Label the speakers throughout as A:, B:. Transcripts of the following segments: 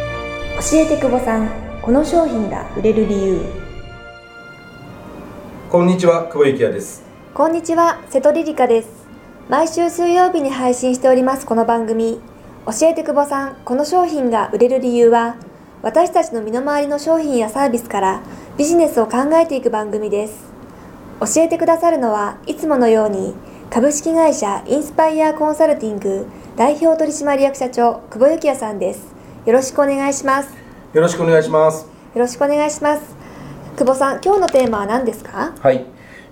A: 教えて久保さんこの商品が売れる理由
B: こんにちは、久保幸也です。
A: こんにちは瀬戸リリカです毎週水曜日に配信しておりますこの番組教えて久保さんこの商品が売れる理由は私たちの身の回りの商品やサービスからビジネスを考えていく番組です教えてくださるのはいつものように株式会社インスパイアコンサルティング代表取締役社長久保幸也さんですよろしくお願いします
B: よろしくお願いします。
A: よろしくお願いします。久保さん、今日のテーマは何ですか？
B: はい、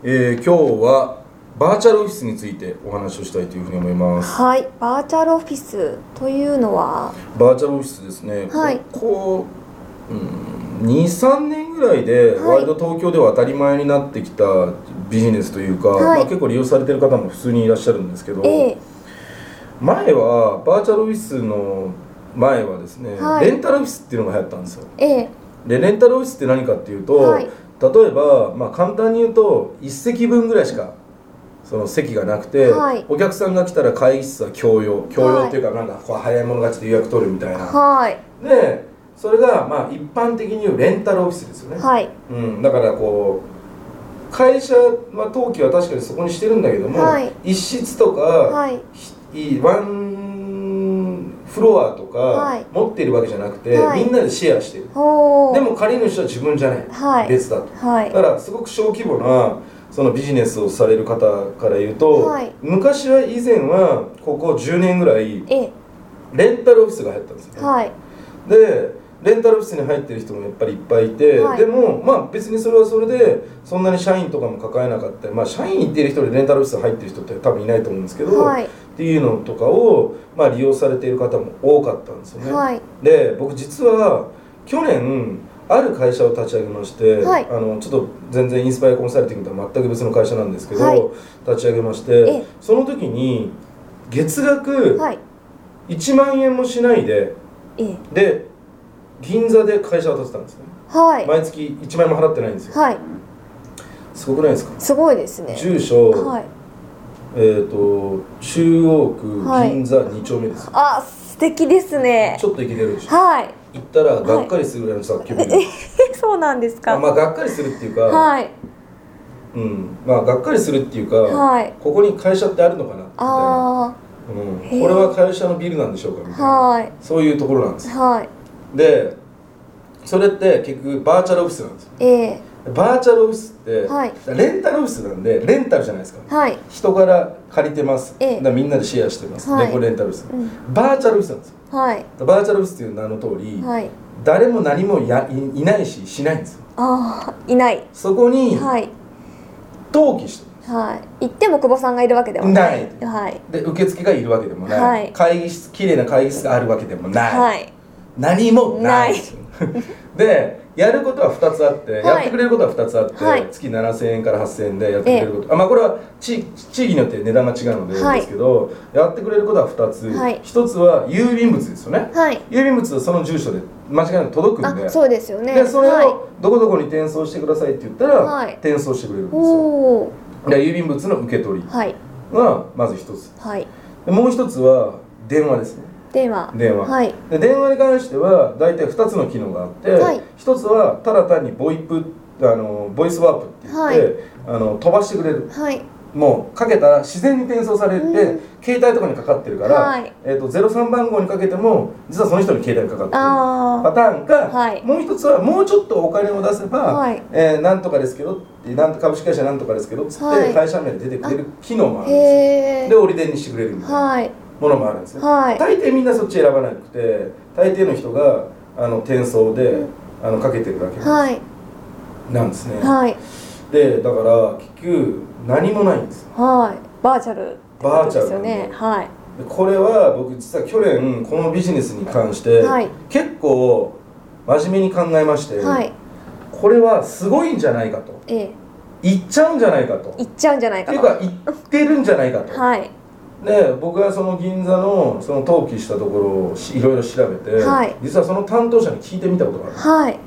B: えー、今日はバーチャルオフィスについてお話をしたいというふうに思います。
A: はい、バーチャルオフィスというのは、
B: バーチャルオフィスですね。
A: はい
B: こう、うん、2、3年ぐらいで、
A: はい
B: ワイド東京では当たり前になってきたビジネスというか、
A: はい
B: まあ結構利用されてる方も普通にいらっしゃるんですけど、
A: ええ、
B: 前はバーチャルオフィスの前はですね、
A: はい
B: レンタルオフィスっていうのが流行ったんですよ。
A: ええ、
B: でレンタルオフィスって何かっていうと、
A: はい
B: 例えば、まあ、簡単に言うと1席分ぐらいしかその席がなくて、
A: はい
B: お客さんが来たら会議室は共用共用っていうかなんかこう早い者勝ちで予約取るみたいな、
A: はい、
B: でそれがまあ一般的に言うレンタルオフィスですよね、
A: はい、
B: うん、だからこう会社は登記は確かにそこにしてるんだけども、
A: はい
B: 一室とか、
A: はい、
B: ひワンフロアとか、
A: はい
B: 持ってるわけじゃなくて、
A: はい
B: みんなでシェアしてる
A: ほう、
B: でも借り主は自分じゃない、
A: はい
B: 別だと
A: は
B: だ
A: い、
B: からすごく小規模なそのビジネスをされる方から言うと、
A: はい
B: 昔は以前はここ10年ぐらい
A: ええ、
B: レンタルオフィスが入ったんですよね、
A: はい、
B: でレンタルオフィスに入ってる人もやっぱりいっぱいいて、
A: はい
B: でもまあ別にそれはそれでそんなに社員とかも抱えなかったりまあ社員行ってる人でレンタルオフィス入ってる人って多分いないと思うんですけど、
A: はい
B: っていうのとかを、まあ、利用されている方も多かったんですよね、
A: はい
B: で僕実は去年ある会社を立ち上げまして、
A: はい
B: あのちょっと全然インスパイアコンサルティングとは全く別の会社なんですけど、
A: はい
B: 立ち上げまし
A: え
B: てその時に月額
A: はい、
B: 1万円もしないで
A: ええ、
B: で銀座で会社を建てたんですね
A: はい、
B: 毎月1万円も払ってないんですよ
A: はい、
B: すごくないですか
A: すごいですね。
B: 住所、
A: はい、
B: えー、と中央区
A: はい
B: 銀座2丁目ですよ、
A: あ、素敵ですね
B: ち。ょっと行けてるでしょ
A: はい、
B: 行ったらがっかりするぐらいの作曲、
A: え、 そうなんです
B: あ
A: か？
B: まあがっかりするっていうか、
A: はい、
B: うんまあがっかりするっていうか、
A: はい
B: ここに会社ってあるのかなみたいな、
A: あ
B: うん、
A: へえ
B: これは会社のビルなんでしょうかみた
A: あ、
B: いな、
A: はい、
B: そういうところなんですよ
A: はい、
B: でそれって結局バーチャルオフィスなんですよ
A: ええ、
B: バーチャルオフィスって、
A: はい
B: レンタルオフィスなんでレンタルじゃないですか
A: はい、
B: 人から借りてます、
A: ええ
B: だからみんなでシェアしてます、
A: はい
B: でこれレンタルオフィス、
A: う
B: バーチャルオフィスなんですよ
A: はい、
B: バーチャルオフィスっていう名の通り、
A: はい、
B: 誰も何もやいいないししないんですよ
A: ああ、いない。
B: そこに
A: はい
B: 登記してる
A: はい行っても久保さんがいるわけではない
B: ない
A: はい
B: で受付がいるわけでもない、
A: はい
B: 会議室綺麗な会議室があるわけでもない、
A: はい
B: 何もない
A: ない
B: でやることは2つあって、
A: い
B: やってくれることは2つあって、
A: はい
B: 月7000円から8000円でやってくれること、あまあこれは地地域によって値段が違うので
A: はい
B: ですけど、やってくれることは2つ、
A: はい
B: 1つは郵便物ですよね、
A: はい
B: 郵便物はその住所で間違いなく届くんで
A: あそうですよね
B: でそれ
A: はい
B: をどこどこに転送してくださいって言ったら、
A: はい
B: 転送してくれるんですよ
A: おお
B: で郵便物の受け取り
A: はい
B: がまず1つ
A: はい
B: でもう1つは電話ですね
A: 電話
B: 電話、
A: はい
B: で電話に関しては大体2つの機能があって、
A: はい
B: 1つはただ単にボイプあのボイスワープって言って、
A: はい
B: あの飛ばしてくれる
A: はい
B: もうかけたら自然に転送されて、
A: うん
B: 携帯とかにかかってるから、
A: はい
B: えー、と03番号にかけても実はその人に携帯にかかってるパ
A: あ
B: ターンが、
A: はい
B: もう一つはもうちょっとお金を出せば、
A: はい
B: えーなんとかですけどってなんと株式会社なんとかですけどっつって、
A: はい
B: 会社名で出てくれる機能もあ
A: あ
B: るんです
A: へ
B: よ
A: え
B: で折り電にしてくれるみたいな
A: はい
B: ものもあるんですね、
A: はい
B: 大抵みんなそっち選ばなくて大抵の人があの転送で、
A: うん
B: あのかけてるだけ
A: はい
B: なんですね、
A: はい
B: でだから結局何もないんですよ
A: はいバーチャルってことですよ
B: バーチャルなん
A: ね
B: で
A: はい
B: でこれは僕実は去年このビジネスに関して、
A: はい
B: 結構真面目に考えまして、
A: はい
B: これはすごいんじゃないかと
A: ええ
B: 行っちゃうんじゃないかと
A: 行っちゃうんじゃない
B: って
A: か
B: いう
A: と
B: か行ってるんじゃないかと、
A: はい
B: で僕がその銀座のその登記したところをしいろいろ調べて、
A: はい
B: 実はその担当者に聞いてみたことがある
A: はい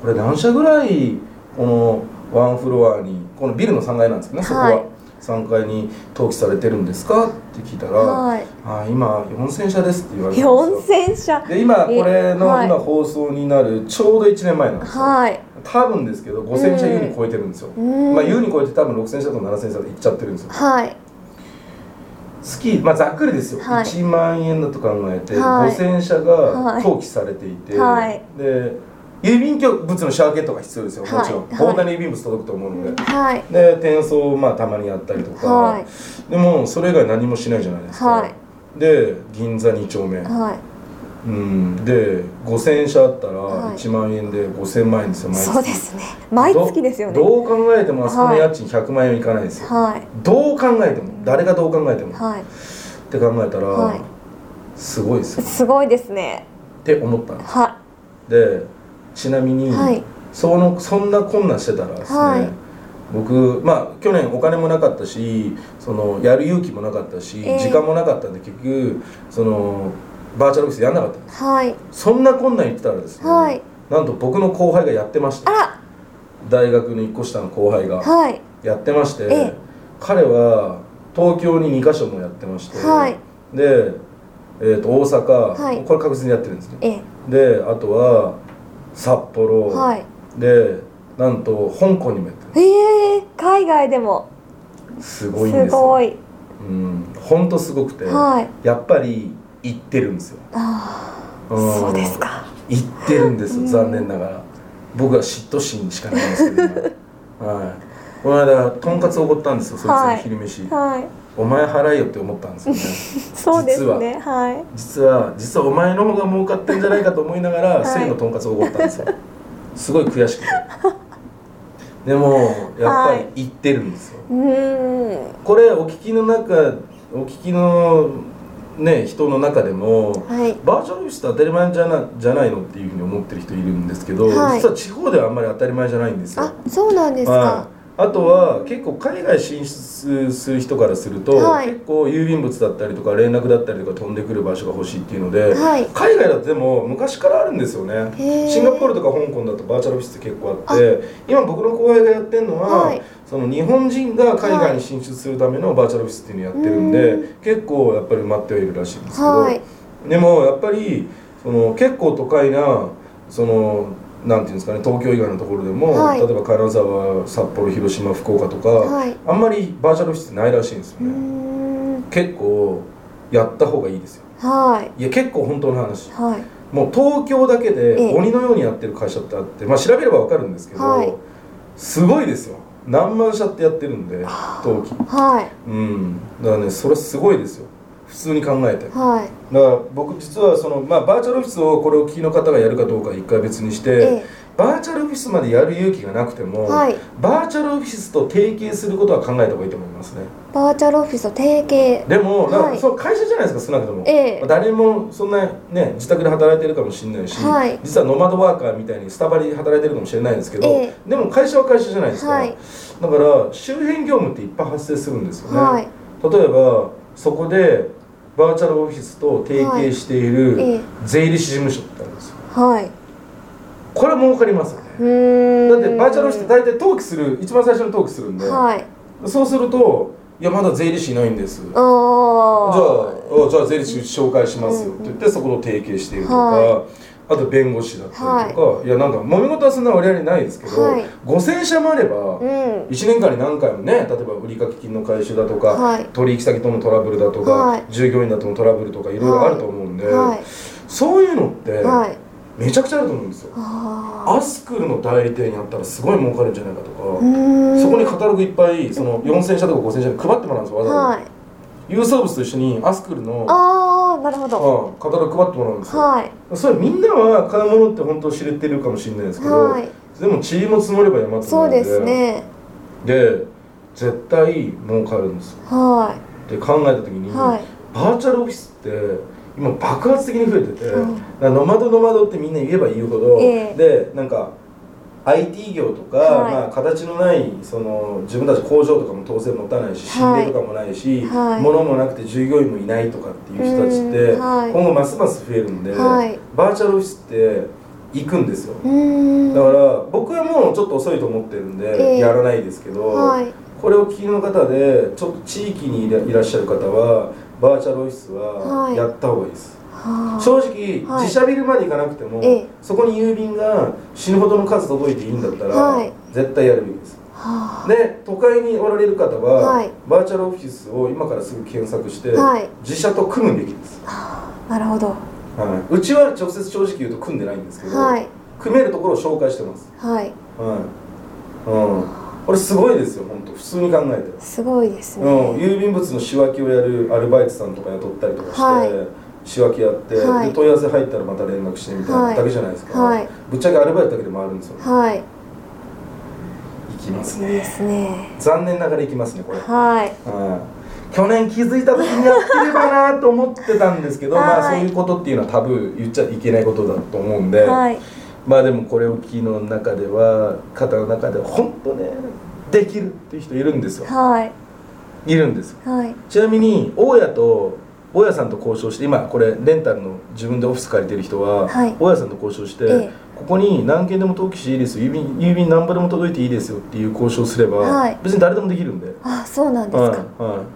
B: これ何社ぐらいこのワンフロアにこのビルの3階なんですけどねそこは、
A: はい
B: 3階に登記されてるんですかって聞いたら、
A: はい
B: あ今4000社ですって言われたんですよ
A: 4000社
B: で今これの
A: えはい
B: 今放送になるちょうど1年前なんですよ、
A: はい
B: 多分ですけど5000社優に超えてるんですよ、
A: うん
B: まあ優に超えて多分6000社とか7000社でいっちゃってるんですよ
A: はい
B: 月、まあ、ざっくりですよ、
A: はい
B: 1万円だと考えて、
A: はい
B: 5000社が登記されていて、
A: はい
B: で郵便局物の仕分けとか必要ですよもちろん、
A: はいはい
B: 膨大な郵便物届くと思うので、
A: はい
B: で転送をまあたまにやったりとか、
A: は
B: でもそれ以外何もしないじゃないですか、
A: はい
B: で銀座2丁目、
A: はい
B: うん、で5000社あったら
A: はい
B: 1万円で5000万円ですよ毎月
A: そうですね毎月ですよね
B: どどう考えてもあそこの家賃100万円はいかないですよ、
A: はい
B: どう考えても誰がどう考えても、
A: はい
B: って考えたら、
A: はい
B: すごいですよ
A: すごいですね
B: って思ったんです
A: は
B: でちなみに、
A: はい
B: そのそんなこんなんしてたらですね、
A: はい
B: 僕まあ去年お金もなかったしそのやる勇気もなかったし、
A: ええ
B: 時間もなかったんで結局そのバーチャルオフィスやんなかったんです
A: はい
B: そんなこんなん言ってたらですね、
A: はい
B: なんと僕の後輩がやってまし
A: あ
B: た
A: ら
B: 大学の1個下の後輩が
A: はい
B: やってまして、
A: ええ
B: 彼は東京に2箇所もやってまして、
A: はい
B: で、えー、と大阪、
A: はい
B: これ確実にやってるんですね
A: え
B: であとは札幌、
A: はい
B: でなんと香港にもやって
A: ええ海外でも
B: るす
A: す
B: ごいんですよ
A: ごい
B: うんほんとすごくて、
A: はい
B: やっぱり行ってるんですよ
A: ああ
B: うん
A: そうですか
B: 行ってるんです
A: う
B: よ
A: ん
B: 残念ながら僕は嫉妬心しかないんですけど 今はいこの間とんかつおごったんですよそいつ
A: は
B: の
A: い
B: 昼飯、
A: はい
B: お前払えよって思ったんですよ ね
A: そうですねはい
B: 実は実はお前の方が儲かってんじゃないかと思いながら、
A: い
B: 千のとんかつおごったんですよすごい悔 しくてでもやっぱり行ってるんですよ、
A: うーん
B: これお聞きの中お聞きのね人の中でも
A: はい
B: バーチャルオフィスって当たり前じゃなじゃないのっていうふうに思ってる人いるんですけど、
A: はい
B: 実は地方ではあんまり当たり前じゃないんですよ。
A: あそうなんです
B: は
A: か
B: いあとは結構海外進出する人からすると、
A: はい
B: 結構郵便物だったりとか連絡だったりとか飛んでくる場所が欲しいっていうので、
A: はい
B: 海外だとでも昔からあるんですよね
A: へー
B: シンガポールとか香港だとバーチャルオフィスって結構あって今僕の後輩がやってるのは、
A: はい
B: その日本人が海外に進出するためのバーチャルオフィスっていうのをやってるんで、
A: う
B: 結構やっぱり埋まってはいるらしいんですけど、
A: はい
B: でもやっぱりその結構都会なそのなんていうんですかね東京以外のところでも、
A: はい
B: 例えば金沢札幌広島福岡とか、
A: はい
B: あんまりバーチャルオフィスってないらしいんですよ
A: うー
B: ね、
A: ん
B: 結構やった方がいいですよ
A: はい
B: いや結構本当の話
A: はい
B: もう東京だけ
A: え
B: で
A: え
B: 鬼のようにやってる会社ってあって、まあ、調べればわかるんですけど、
A: はい
B: すごいですよ何万社ってやってるんで冬季
A: はい
B: うんだからねそれすごいですよ普通に考えて
A: はい
B: だから僕実はその、まあ、バーチャルオフィスをこれをお聞きの方がやるかどうかは一回別にして、
A: ええ
B: バーチャルオフィスまでやる勇気がなくても、
A: はい
B: バーチャルオフィスと提携することは考えた方がいいと思いますね
A: バーチャルオフィスと提携
B: でも、なんか
A: はい
B: その会社じゃないですか少なくとも、
A: ええ
B: まあ誰もそんなね自宅で働いてるかもしれないし、
A: はい
B: 実はノマドワーカーみたいにスタバで働いてるかもしれないですけど、
A: え
B: でも会社は会社じゃないですか、
A: はい
B: だから周辺業務っていっぱい発生するんですよね、
A: はい
B: 例えばそこでバーチャルオフィスと提携してい
A: はいええ
B: る税理士事務所ってあるんですよ
A: はい
B: これは儲かりますよね
A: うー
B: だ
A: ん
B: ってバーチャルオフィスって大体登記する一番最初に登記するんで、
A: はい
B: そうすると「いやまだ税理士いないんです」じゃあ
A: あ
B: あじゃあ税理士紹介しますよ」って言ってそこと提携しているとか、
A: は
B: あと弁護士だったりとか、い、やなんか揉め事はそんな割合ないですけど、
A: はい
B: 5,000社もあれば
A: あうん
B: 1年間に何回もね例えば売掛金の回収だとか、
A: はい
B: 取引先とのトラブルだとか、
A: はい
B: 従業員だとのトラブルとかいろいろあると思うんで、
A: は
B: そういうのって
A: いはい
B: めちゃくちゃあると思うんですよ。
A: あ
B: アスクルの代理店やったらすごい儲かるんじゃないかと
A: ー
B: か、
A: うーん
B: そこにカタログいっぱいその4000社とか5000社で配ってもらうんですよわざわざ、
A: はい
B: 郵送物と一緒にアスクルの
A: ああなるほど
B: うんカタログ配ってもらうんですよ、
A: はい
B: それみんなは買い物って本当知れてるかもしれないですけど、
A: はい
B: でも塵も積もれば山積
A: そ
B: も
A: う
B: るんで
A: ですね
B: で絶対儲かるんですよ
A: は
B: って考えた時
A: い
B: に、
A: はい
B: バーチャルオフィスって今爆発的に増えてて、
A: うん
B: だからノマドノマドってみんな言えば言うほど、
A: ええ
B: でなんか IT 業とか、
A: はい
B: まあ、形のないその自分たち工場とかも当然持たないし仕
A: は
B: 入
A: い
B: れとかもないし、
A: はい
B: 物もなくて従業員もいないとかっていう人たちって、
A: うんはい
B: 今後ますます増えるんで、
A: はい
B: バーチャルオフィスって行くんですよ。
A: うーん
B: だから僕はもうちょっと遅いと思ってるんで、
A: ええ
B: やらないですけど、
A: はい
B: これをお聞きの方でちょっと地域にいらいらっしゃる方はバーチャルオフィスは
A: はい
B: やった方がいいです、
A: は
B: 正直、
A: はい
B: 自社ビルまで行かなくても、
A: ええ
B: そこに郵便が死ぬほどの数届いていいんだったら、
A: はい
B: 絶対やるべきです
A: あ
B: で都会におられる方は、
A: はい
B: バーチャルオフィスを今からすぐ検索して、
A: はい
B: 自社と組むべきです、
A: なるほど
B: はいうちは直接正直言うと組んでないんですけど、
A: はい
B: 組めるところを紹介してます
A: はい
B: はいうんこれすごいですよ本当普通に考えて
A: すごいですね、
B: うん、郵便物の仕分けをやるアルバイトさんとか雇ったりとかして、
A: は
B: 仕分けやって、
A: はい
B: で問い合わせ入ったらまた連絡してみたいなだけじゃないですか、
A: はい
B: ぶっちゃけアルバイトだけで回るんですよ、
A: はい
B: 行きます
A: いい
B: ね
A: ですね
B: 残念ながら行きますねこれ、
A: はい
B: はい去年気づいた時にやってればなと思ってたんですけど、まあ
A: は
B: そ
A: いう
B: いうことっていうのはタブー言っちゃいけないことだと思うんで、
A: はい
B: まあでもこれを聞きの中では方の中では本当ねできるっていう人いるんですよ
A: はい
B: いるんです
A: はい
B: ちなみに大家と大家さんと交渉して今これレンタルの自分でオフィス借りてる人は、
A: はい
B: 大家さんと交渉して、
A: ええ
B: ここに何件でも登記していいですよ郵便郵便何本でも届いていいですよっていう交渉をすれば、
A: はい
B: 別に誰でもできるんで
A: あそうなんですか、
B: はいはい、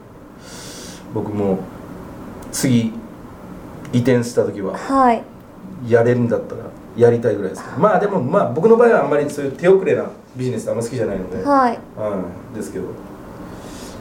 B: 僕も次移転した時は
A: はい
B: やれるんだったらやりたいぐらいですけどまあでもまあ僕の場合はあんまりそういう手遅れなビジネスってあんま好きじゃないので、
A: はい
B: はい、ですけど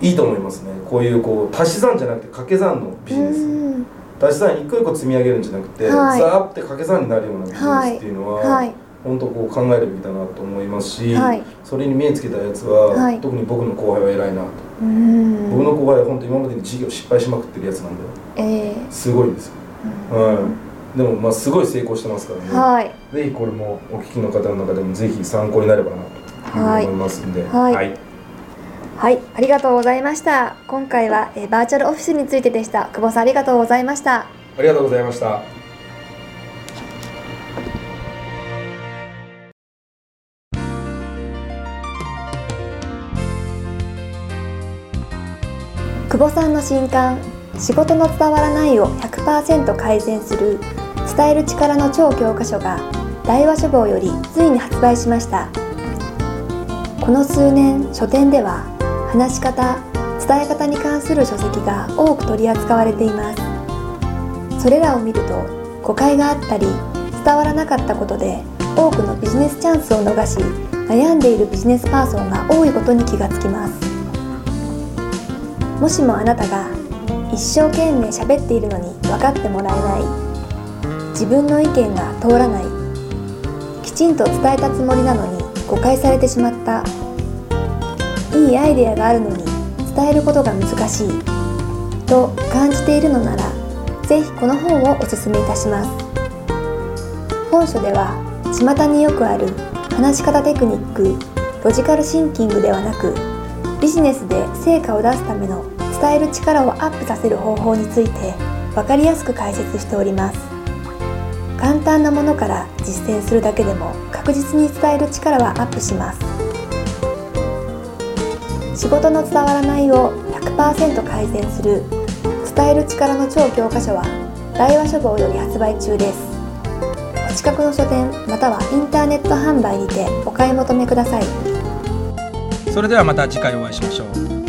B: いいと思いますねこういうこう足し算じゃなくて掛け算のビジネ
A: う
B: ス
A: ん
B: 足し算一個一個積み上げるんじゃなくて、
A: はい
B: ザーって掛け算になるようなビジネスっていうのは、
A: はい
B: 本当こう考えるべきだなと思いますし、
A: はい
B: それに目つけたやつは、
A: はい
B: 特に僕の後輩は偉いなと、
A: うん
B: 僕の後輩は本当今までに事業失敗しまくってるやつなんで
A: え
B: すごいんですよ、はいでもまあすごい成功してますか
A: え
B: らね、
A: はい
B: ぜひこれもお聞きの方の中でもぜひ参考になればな
A: はい
B: と思いますんで、
A: はいはい、ありがとうございました。今回は、えーバーチャルオフィスについてでした。久保さんありがとうございました。
B: ありがとうございました。
A: 久保さんの新刊仕事の伝わらないを100%改善する伝える力の超教科書が大和書房よりついに発売しましたこの数年書店では話し方伝え方に関する書籍が多く取り扱われていますそれらを見ると誤解があったり伝わらなかったことで多くのビジネスチャンスを逃し悩んでいるビジネスパーソンが多いことに気がつきますもしもあなたが一生懸命喋っているのに分かってもらえない自分の意見が通らないきちんと伝えたつもりなのに誤解されてしまったいいアイデアがあるのに伝えることが難しいと感じているのならぜひこの本をおすすめいたします本書では巷によくある話し方テクニックロジカルシンキングではなくビジネスで成果を出すための伝える力をアップさせる方法について分かりやすく解説しております簡単なものから実践するだけでも確実に伝える力はアップします仕事の伝わらないを100%改善する伝える力の超教科書は大和書房より発売中ですお近くの書店またはインターネット販売にてお買い求めください
C: それではまた次回お会いしましょう